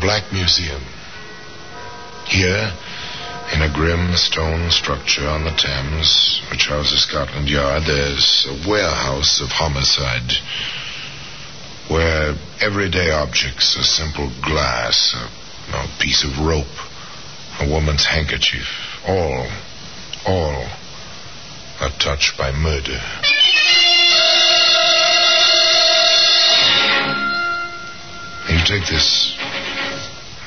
Black Museum. Here, in a grim stone structure on the Thames, which houses Scotland Yard, there's a warehouse of homicide where everyday objects, a simple glass, a, a piece of rope, a woman's handkerchief, all, all are touched by murder. You take this,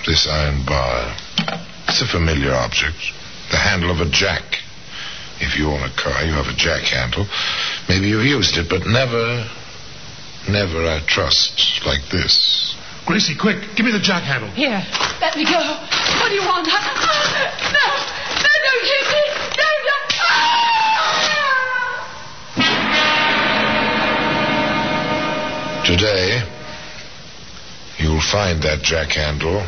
this iron bar. It's a familiar object. The handle of a jack. If you own a car, you have a jack handle. Maybe you've used it, but never, never, I trust, like this. Gracie, quick, give me the jack handle. Here. Let me go. What do you want? No. No, no, kiss me. No, no. Ah! Today, you'll find that jack handle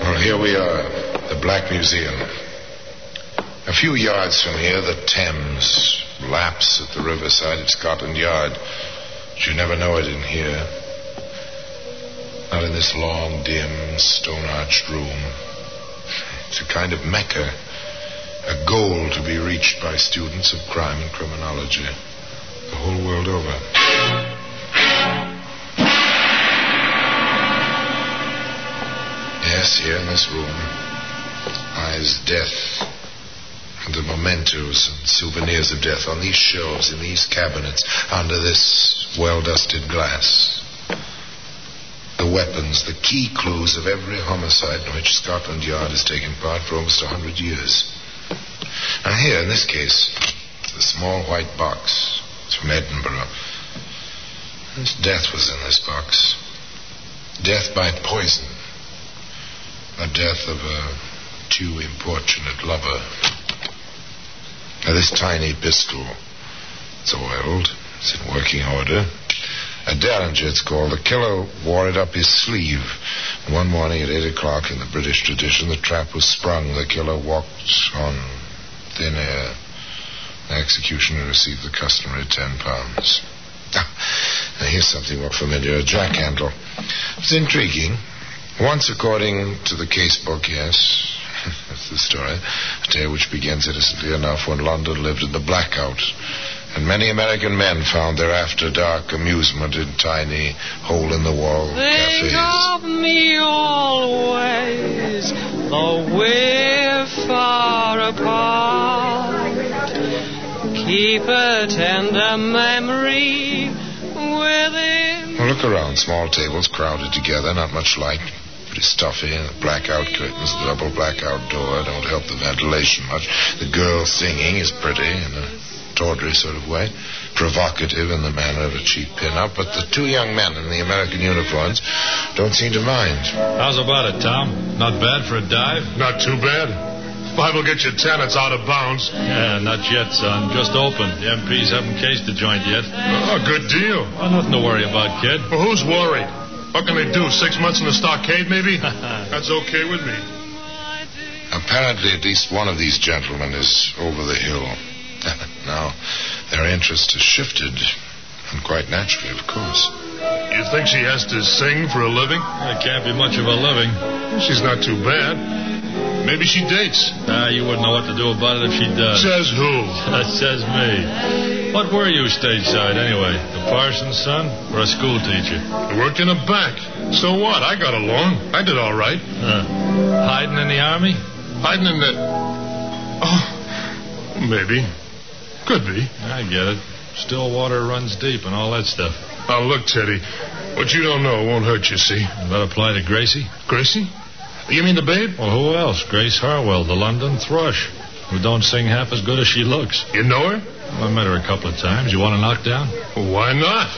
Well, here we are, the Black Museum. A few yards from here, the Thames laps at the riverside at Scotland Yard. But you never know it in here. Not in this long, dim, stone arched room. It's a kind of mecca, a goal to be reached by students of crime and criminology the whole world over. Yes, here in this room lies death and the mementos and souvenirs of death on these shelves, in these cabinets, under this well dusted glass. The weapons, the key clues of every homicide in which Scotland Yard has taken part for almost a hundred years. And here, in this case, the small white box. It's from Edinburgh. This death was in this box. Death by poison. The death of a too importunate lover. Now, this tiny pistol, it's oiled, it's in working order. A Derringer, it's called. The killer wore it up his sleeve. One morning at 8 o'clock, in the British tradition, the trap was sprung. The killer walked on thin air. The executioner received the customary ten pounds. Ah, now here's something more familiar a jack handle. It's intriguing. Once, according to the case book, yes, that's the story, a tale which begins innocently enough when London lived in the blackout. And many American men found their after dark amusement in tiny hole in the wall Think cafes. of me always, though we're far apart. Keep a tender memory within. Well, look around. Small tables crowded together, not much light. Pretty stuffy, and the blackout curtains, the double blackout door don't help the ventilation much. The girl singing is pretty in a tawdry sort of way, provocative in the manner of a cheap pin-up, but the two young men in the American uniforms don't seem to mind. How's about it, Tom? Not bad for a dive? Not too bad. Five will get you ten. It's out of bounds. Yeah, not yet, son. Just opened. The MPs haven't cased the joint yet. A good deal. Oh, nothing to worry about, kid. Well, who's worried? What can they do? Six months in the stockade, maybe? That's okay with me. Apparently, at least one of these gentlemen is over the hill. now, their interest has shifted, and quite naturally, of course. You think she has to sing for a living? It can't be much of a living. She's not too bad. Maybe she dates. Ah, you wouldn't know what to do about it if she does. Says who? That says me. What were you stateside, anyway? The parson's son or a school teacher? I worked in a bank. So what? I got along. I did all right. Huh. Hiding in the army? Hiding in the. Oh, maybe. Could be. I get it. Still water runs deep and all that stuff. Now, look, Teddy. What you don't know won't hurt you, see? Will that apply to Gracie? Gracie? You mean the babe? Well, who else? Grace Harwell, the London thrush, who don't sing half as good as she looks. You know her? I met her a couple of times. You want to knock down? Why not?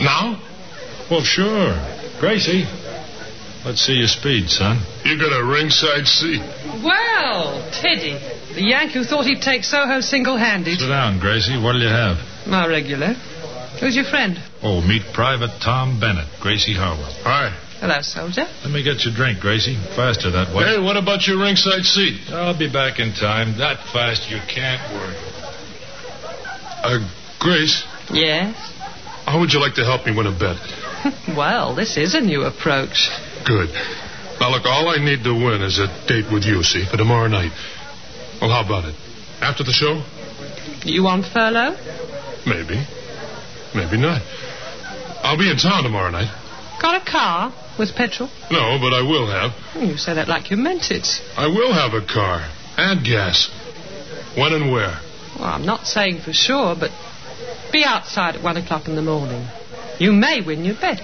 Now? Well, sure. Gracie, let's see your speed, son. You got a ringside seat. Well, Teddy, the Yank who thought he'd take Soho single-handed. Sit down, Gracie. What'll you have? My regular. Who's your friend? Oh, meet Private Tom Bennett, Gracie Harwell. Hi. Hello, soldier. Let me get your drink, Gracie. Faster that way. Hey, what about your ringside seat? I'll be back in time. That fast you can't work. Uh, Grace, Yes. how would you like to help me win a bet? well, this is a new approach. Good. Now, look, all I need to win is a date with you, see, for tomorrow night. Well, how about it? After the show? You on furlough? Maybe. Maybe not. I'll be in town tomorrow night. Got a car with petrol? Hmm, No, but I will have. You say that like you meant it. I will have a car and gas. When and where? Well, I'm not saying for sure, but be outside at one o'clock in the morning. You may win your bet.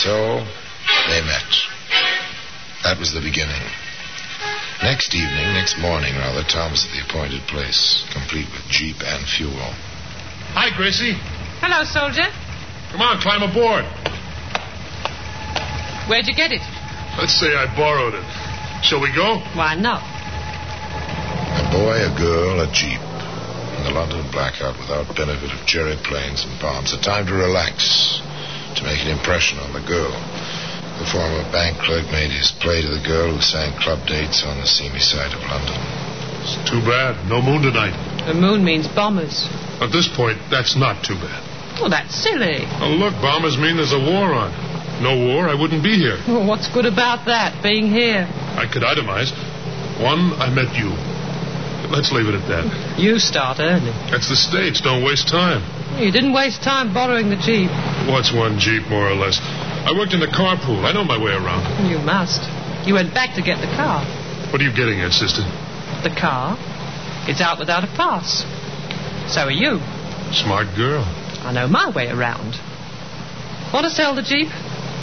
So they met. That was the beginning. Next evening, next morning, rather, Tom was at the appointed place, complete with jeep and fuel. Hi, Gracie. Hello, soldier. Come on, climb aboard. Where'd you get it? Let's say I borrowed it. Shall we go? Why not? A boy, a girl, a jeep. In the London blackout without benefit of cherry planes and bombs. A time to relax, to make an impression on the girl. The former bank clerk made his play to the girl who sang club dates on the seamy side of London. It's too bad. No moon tonight. The moon means bombers. At this point, that's not too bad. Well, that's silly. Now, look, bombers mean there's a war on. No war, I wouldn't be here. Well, what's good about that, being here? I could itemize. One, I met you. Let's leave it at that. You start early. That's the States. Don't waste time. You didn't waste time borrowing the Jeep. What's one Jeep, more or less? I worked in the carpool. I know my way around. You must. You went back to get the car. What are you getting at, sister? The car? It's out without a pass. So are you. Smart girl. I know my way around. Want to sell the Jeep?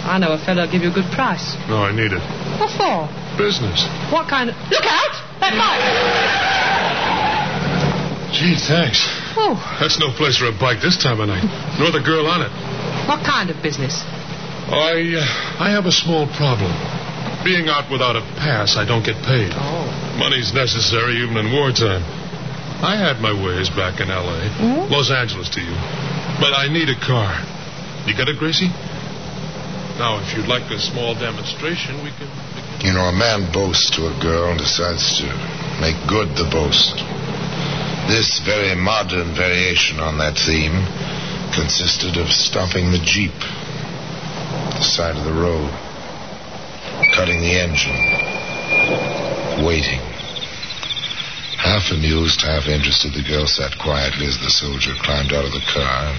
I know a fellow'll give you a good price. No, I need it. What for? Business. What kind of. Look out! That bike! Gee, thanks. Oh, That's no place for a bike this time of night, nor the girl on it. what kind of business? I, uh, I have a small problem. Being out without a pass, I don't get paid. Oh. Money's necessary even in wartime. I had my ways back in L.A., Los Angeles to you. But I need a car. You get it, Gracie? Now, if you'd like a small demonstration, we can. You know, a man boasts to a girl and decides to make good the boast. This very modern variation on that theme consisted of stopping the Jeep, the side of the road, cutting the engine, waiting. Half amused, half interested, the girl sat quietly as the soldier climbed out of the car and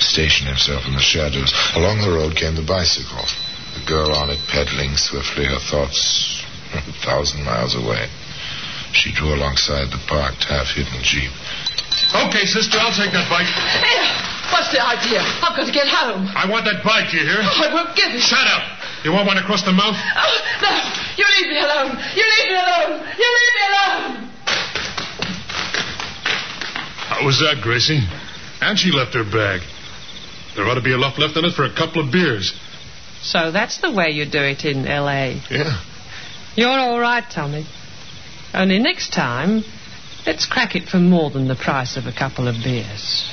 stationed himself in the shadows. Along the road came the bicycle, the girl on it pedaling swiftly, her thoughts a thousand miles away. She drew alongside the parked, half hidden Jeep. Okay, sister, I'll take that bike. Here, what's the idea? I've got to get home. I want that bike, you hear? I won't get it. Shut up! You want one across the Oh, mouth? no, you leave me alone. You leave me alone. You leave me alone. How was that, Gracie? And she left her bag. There ought to be enough left in it for a couple of beers. So that's the way you do it in L.A. Yeah. You're all right, Tommy. Only next time, let's crack it for more than the price of a couple of beers.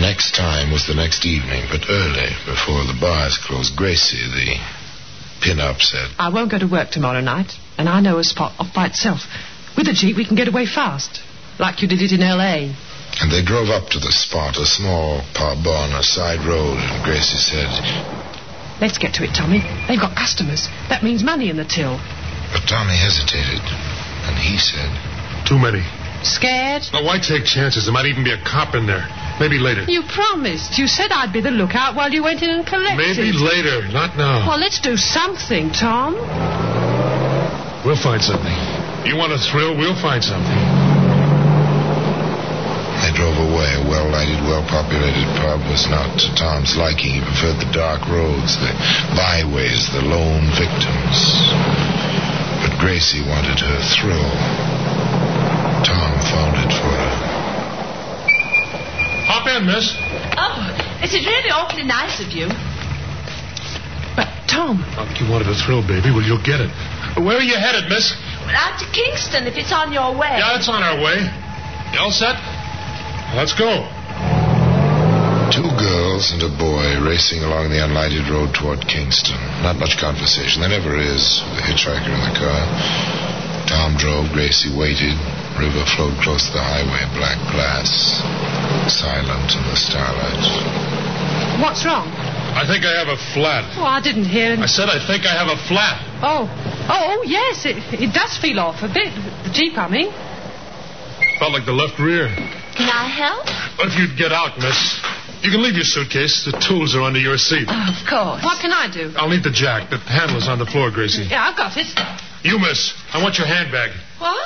Next time was the next evening, but early, before the bars closed. Gracie, the pin-up, said, I won't go to work tomorrow night, and I know a spot off by itself. With a jeep, we can get away fast, like you did it in L.A. And they drove up to the spot, a small pub on a side road, and Gracie said, Let's get to it, Tommy. They've got customers. That means money in the till. But Tommy hesitated, and he said, Too many. Scared? Now, why take chances? There might even be a cop in there. Maybe later. You promised. You said I'd be the lookout while you went in and collected. Maybe later, not now. Well, let's do something, Tom. We'll find something. You want a thrill? We'll find something. They I drove away. A well lighted, well populated pub was not to Tom's liking. He preferred the dark roads, the byways, the lone victims. But Gracie wanted her thrill. Tom found it for her. Hop in, miss. Oh, this is really awfully nice of you. But, Tom, Oh, you wanted a thrill, baby. Well, you'll get it. Where are you headed, miss? Well, out to Kingston if it's on your way. Yeah, it's on our way. You all set? Let's go. Two girls and a boy racing along the unlighted road toward Kingston. Not much conversation. There never is with a hitchhiker in the car. Tom drove, Gracie waited. River flowed close to the highway, black glass, silent in the starlight. what's wrong? I think I have a flat. Oh, I didn't hear. I said I think I have a flat. Oh, oh, yes, it, it does feel off a bit. The Jeep, I mean. Felt like the left rear. Can I help? If you'd get out, miss. You can leave your suitcase. The tools are under your seat. Of course. What can I do? I'll need the jack. The handle's on the floor, Gracie. Yeah, I've got it. You, miss. I want your handbag. What?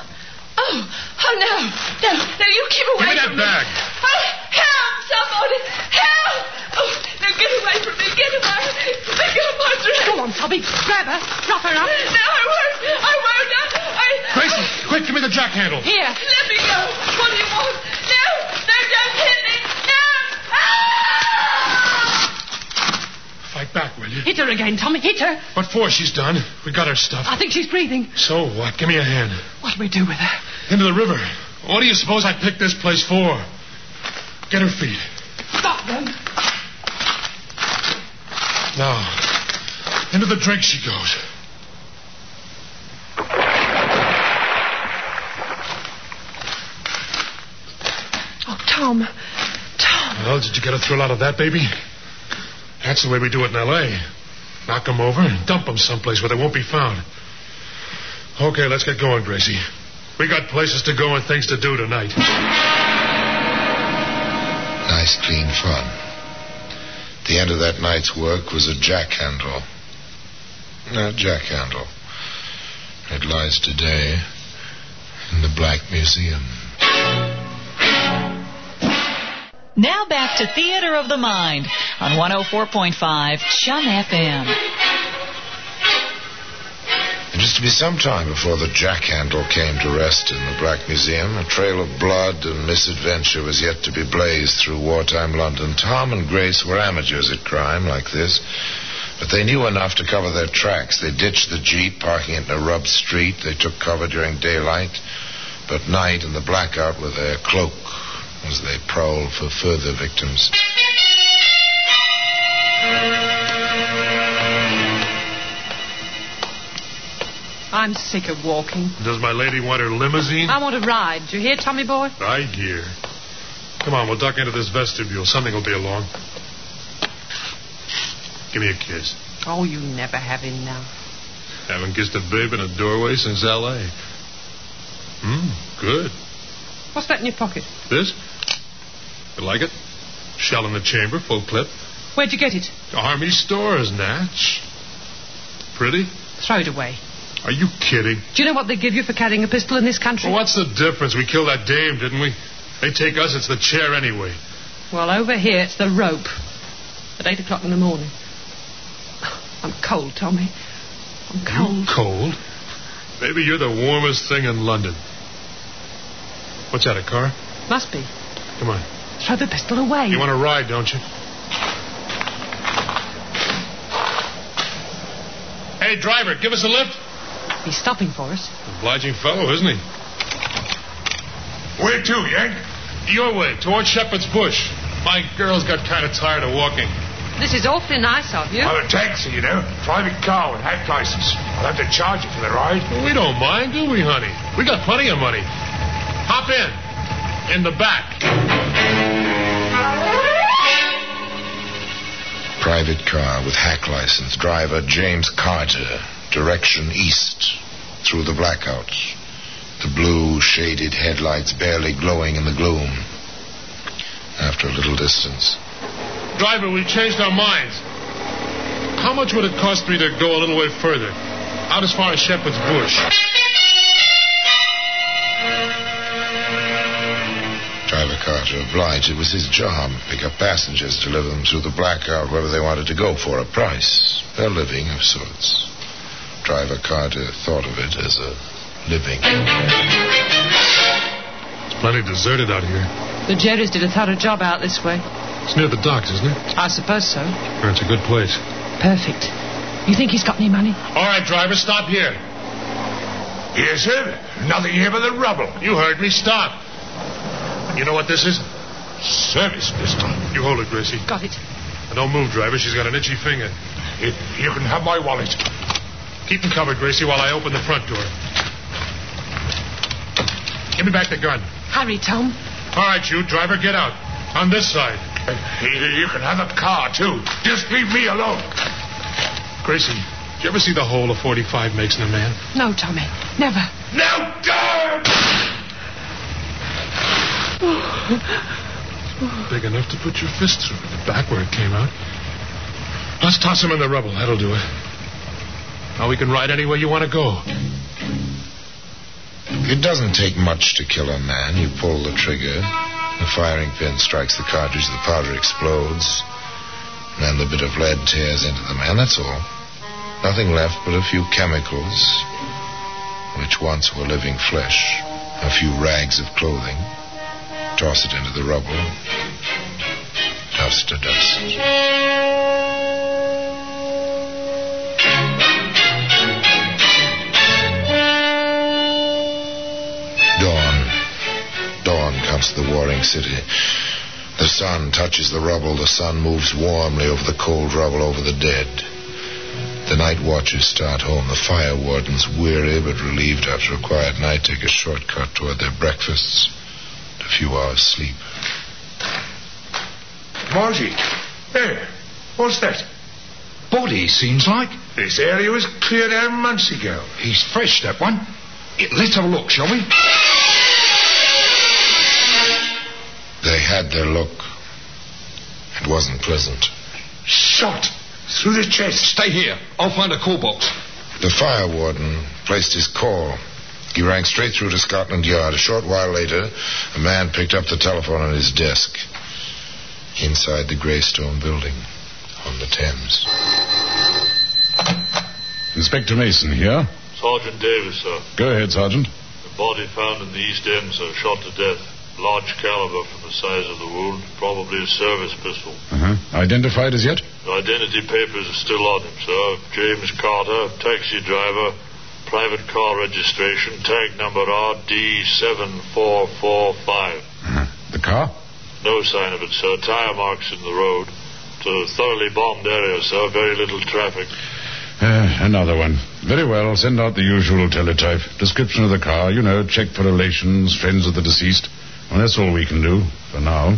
Oh, oh no. No, no, you keep away Give me that from bag. me. Oh, help, somebody. Help. Oh, no, get away from me. Get away from me. Get away from me. Go on, Tommy. Grab her. Drop her up. No, I won't. I won't. I, I, Gracie, quick, give me the jack handle. Here. Let me go. What do you want? No, no, don't hit me. No. Ah! Fight back, will you? Hit her again, Tommy. Hit her. What for? She's done. We got her stuff. I think she's breathing. So what? Give me a hand. What do we do with her? Into the river. What do you suppose I picked this place for? Get her feet. Stop them. Now, into the drink she goes. Oh, Tom. Tom. Well, did you get a thrill out of that, baby? That's the way we do it in L.A. Knock 'em over and dump 'em someplace where they won't be found. Okay, let's get going, Gracie. We got places to go and things to do tonight. Nice, clean fun. The end of that night's work was a jack handle. A jack handle. It lies today in the Black Museum. Now back to Theater of the Mind on 104.5 Chum FM. It used to be some time before the jack handle came to rest in the Black Museum. A trail of blood and misadventure was yet to be blazed through wartime London. Tom and Grace were amateurs at crime like this, but they knew enough to cover their tracks. They ditched the Jeep, parking it in a rubbed street. They took cover during daylight, but night and the blackout were their cloak as they prowled for further victims. I'm sick of walking. Does my lady want her limousine? I want a ride. Do you hear, Tommy boy? I hear. Come on, we'll duck into this vestibule. Something will be along. Give me a kiss. Oh, you never have him now. Haven't kissed a babe in a doorway since L.A. Mmm, good. What's that in your pocket? This? You like it? Shell in the chamber, full clip. Where'd you get it? Army stores, Natch. Pretty? Throw it away. Are you kidding? Do you know what they give you for carrying a pistol in this country? Well, what's the difference? We killed that dame, didn't we? They take us, it's the chair anyway. Well, over here it's the rope. At eight o'clock in the morning. I'm cold, Tommy. I'm cold. You cold? Maybe you're the warmest thing in London. What's that, a car? Must be. Come on. Throw the pistol away. You want to ride, don't you? Hey, driver, give us a lift. He's stopping for us. Obliging fellow, isn't he? Where to, Yank? Your way, toward Shepherd's Bush. My girls got kind of tired of walking. This is awfully nice of you. I'm a taxi, you know. Private car with hack license. I'll have to charge you for the ride. We don't mind, do we, honey? We got plenty of money. Hop in. In the back. Private car with hack license, driver James Carter, direction east, through the blackout. The blue shaded headlights barely glowing in the gloom. After a little distance, Driver, we changed our minds. How much would it cost me to go a little way further? Out as far as Shepherd's Bush. driver Carter oblige. It was his job. Pick up passengers, deliver them through the blackout wherever they wanted to go for a price. A living of sorts. Driver Carter thought of it as a living. It's plenty deserted out here. The Jerry's did a thorough job out this way. It's near the docks, isn't it? I suppose so. Yeah, It's a good place. Perfect. You think he's got any money? All right, driver, stop here. Yes, sir. Nothing here but the rubble. You heard me. Stop. You know what this is? Service pistol. You hold it, Gracie. Got it. And don't move, driver. She's got an itchy finger. You, you can have my wallet. Keep them covered, Gracie, while I open the front door. Give me back the gun. Hurry, Tom. All right, you driver, get out. On this side. You, you can have the car, too. Just leave me alone. Gracie, did you ever see the hole a 45 makes in a man? No, Tommy. Never. Now go! Big enough to put your fist through the back where it came out. Let's toss him in the rubble. That'll do it. Now we can ride any way you want to go. It doesn't take much to kill a man. You pull the trigger, the firing pin strikes the cartridge, the powder explodes, and then the bit of lead tears into the man. That's all. Nothing left but a few chemicals, which once were living flesh, a few rags of clothing. Toss it into the rubble. Dust to dust. Dawn. Dawn comes to the warring city. The sun touches the rubble. The sun moves warmly over the cold rubble, over the dead. The night watchers start home. The fire wardens, weary but relieved after a quiet night, take a shortcut toward their breakfasts and a few hours' sleep. Margie. Hey, what's that? Body, seems like. This area was cleared out months ago. He's fresh, that one. It, let's have a look, shall we? They had their look. It wasn't pleasant. Shot through the chest. Stay here. I'll find a call box. The fire warden placed his call. He rang straight through to Scotland Yard. A short while later, a man picked up the telephone on his desk inside the Greystone building on the Thames. Inspector Mason here. Sergeant Davis, sir. Go ahead, Sergeant. The body found in the East End, sir, shot to death. Large caliber from the size of the wound, probably a service pistol. Uh-huh. Identified as yet? The identity papers are still on him, sir. James Carter, taxi driver, private car registration, tag number RD7445. Uh-huh. The car? No sign of it, sir. Tire marks in the road. It's a thoroughly bombed area, sir. Very little traffic. Uh, another one. Very well. Send out the usual teletype. Description of the car, you know, check for relations, friends of the deceased. Well, that's all we can do for now.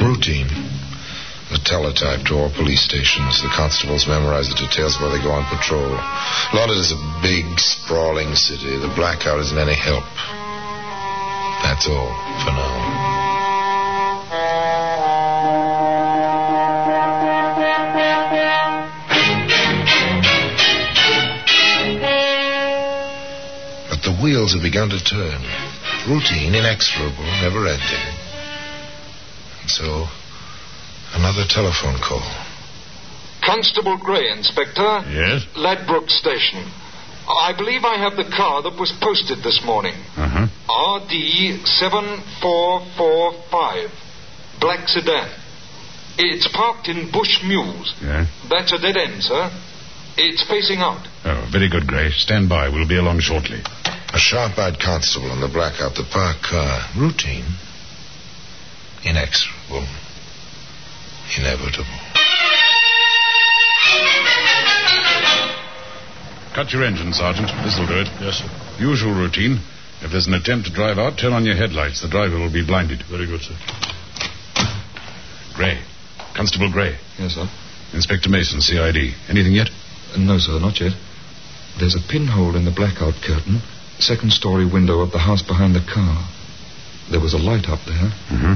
Routine. The teletype to all police stations. The constables memorize the details while they go on patrol. London is a big, sprawling city. The blackout isn't any help. That's all for now. But the wheels have begun to turn. Routine, inexorable, never ending. And so, another telephone call. Constable Gray, Inspector. Yes? Ladbroke Station. I believe I have the car that was posted this morning. Uh-huh. RD7445. Black sedan. It's parked in Bush Mews. Yeah. That's a dead end, sir. It's facing out. Oh, very good, Gray. Stand by. We'll be along shortly. A sharp eyed constable in the blackout, the park car. Routine. Inexorable. Inevitable. Cut your engine, Sergeant. This'll do it. Yes, sir. Usual routine. If there's an attempt to drive out, turn on your headlights. The driver will be blinded. Very good, sir. Gray. Constable Gray. Yes, sir. Inspector Mason, CID. Anything yet? No, sir, not yet. There's a pinhole in the blackout curtain, second story window of the house behind the car. There was a light up there. Mm-hmm.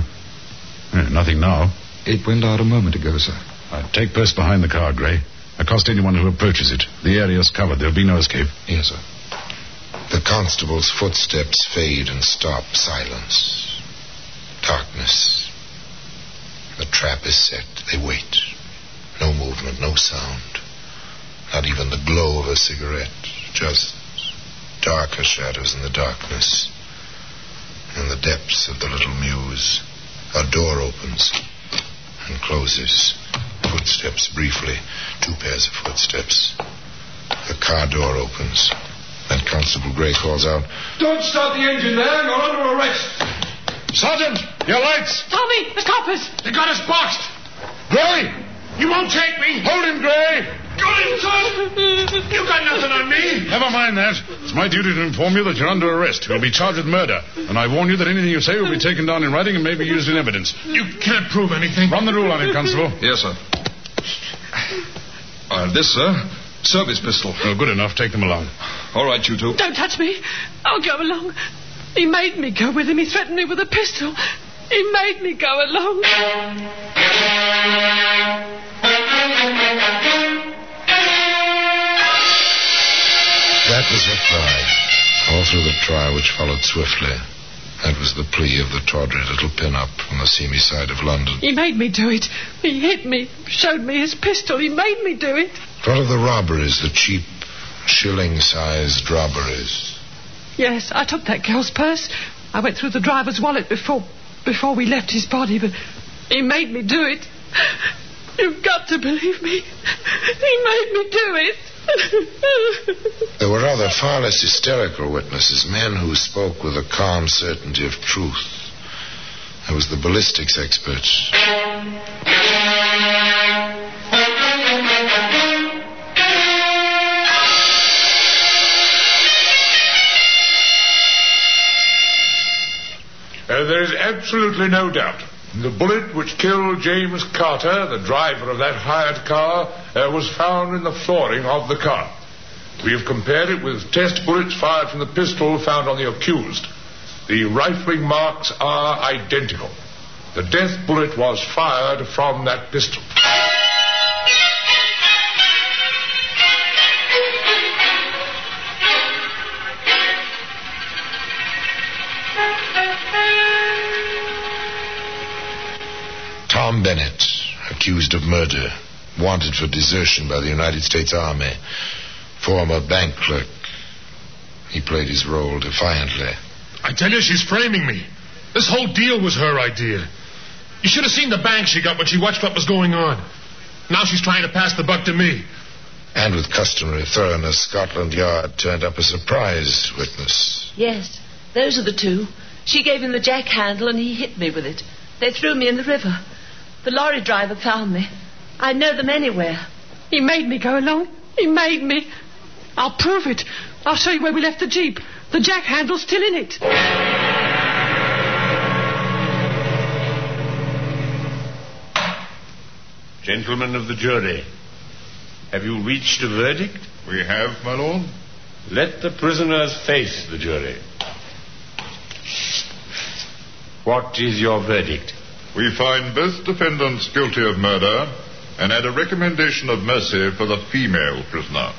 Yeah, nothing now. It went out a moment ago, sir. Uh, take post behind the car, Gray. Accost anyone who approaches it. The area's covered. There'll be no escape. Yes, sir. The constable's footsteps fade and stop. Silence. Darkness. The trap is set. They wait. No movement, no sound. Not even the glow of a cigarette. Just darker shadows in the darkness. In the depths of the little mews, a door opens and closes. Footsteps briefly. Two pairs of footsteps. The car door opens. And Constable Gray calls out, Don't start the engine there. You're under arrest. Sergeant, your lights. Tommy, the coppers. They got us boxed. Gray! You won't take me. Hold him, Gray! Got him, son. You got nothing on me. Never mind that. It's my duty to inform you that you're under arrest. You'll be charged with murder. And I warn you that anything you say will be taken down in writing and may be used in evidence. You can't prove anything. Run the rule on it, Constable. Yes, sir. Uh, this, sir. Service pistol. Oh, good enough. Take them along. All right, you two. Don't touch me. I'll go along. He made me go with him. He threatened me with a pistol. He made me go along. That was her cry. All through the trial which followed swiftly. That was the plea of the tawdry little pin-up on the seamy side of London. He made me do it. He hit me, showed me his pistol. He made me do it. What of the robberies, the cheap, shilling-sized robberies? Yes, I took that girl's purse. I went through the driver's wallet before before we left his body, but he made me do it. You've got to believe me. He made me do it. There were other, far less hysterical witnesses, men who spoke with a calm certainty of truth. There was the ballistics expert. Uh, there is absolutely no doubt. The bullet which killed James Carter, the driver of that hired car, uh, was found in the flooring of the car. We have compared it with test bullets fired from the pistol found on the accused. The rifling marks are identical. The death bullet was fired from that pistol. Tom Bennett, accused of murder, wanted for desertion by the United States Army, former bank clerk. He played his role defiantly. I tell you, she's framing me. This whole deal was her idea. You should have seen the bang she got when she watched what was going on. Now she's trying to pass the buck to me. And with customary thoroughness, Scotland Yard turned up a surprise witness. Yes, those are the two. She gave him the jack handle and he hit me with it. They threw me in the river. The lorry driver found me. I know them anywhere. He made me go along. He made me. I'll prove it. I'll show you where we left the jeep. The jack handle's still in it. Gentlemen of the jury, have you reached a verdict? We have, my lord. Let the prisoners face the jury. What is your verdict? We find both defendants guilty of murder and add a recommendation of mercy for the female prisoner.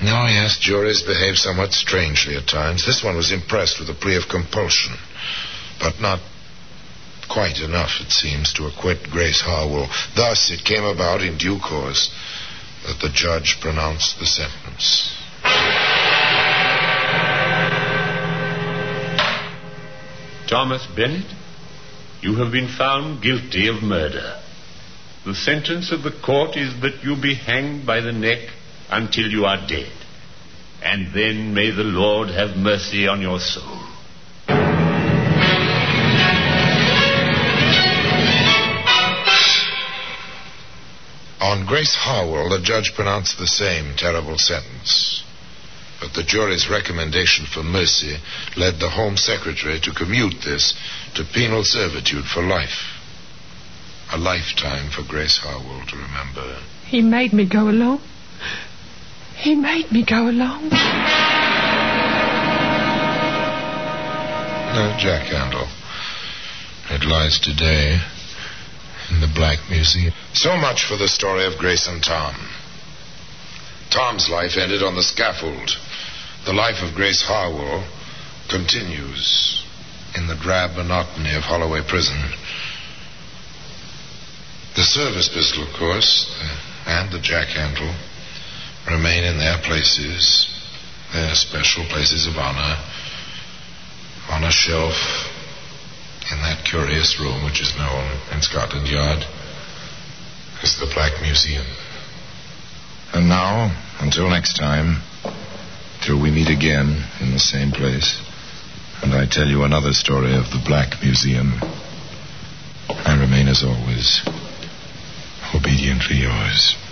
Now, yes, juries behave somewhat strangely at times. This one was impressed with a plea of compulsion, but not quite enough, it seems, to acquit Grace Harwell. Thus, it came about in due course that the judge pronounced the sentence. Thomas Bennett, you have been found guilty of murder. The sentence of the court is that you be hanged by the neck until you are dead. And then may the Lord have mercy on your soul. On Grace Howell, the judge pronounced the same terrible sentence. But the jury's recommendation for mercy led the Home Secretary to commute this to penal servitude for life. A lifetime for Grace Howell to remember. He made me go along. He made me go along. No jack handle. It lies today in the Black Museum. So much for the story of Grace and Tom. Tom's life ended on the scaffold. The life of Grace Harwell continues in the drab monotony of Holloway Prison. The service pistol, of course, uh, and the jack handle remain in their places, their special places of honor, on a shelf in that curious room which is known in Scotland Yard as the Black Museum. And now, until next time, till we meet again in the same place, and I tell you another story of the Black Museum, I remain as always obediently yours.